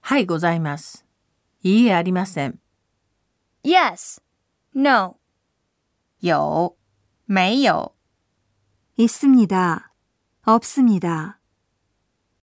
はい、ございます。いいえ、ありません。 Yes. No. 有、没有。 있습니다. 없습니다.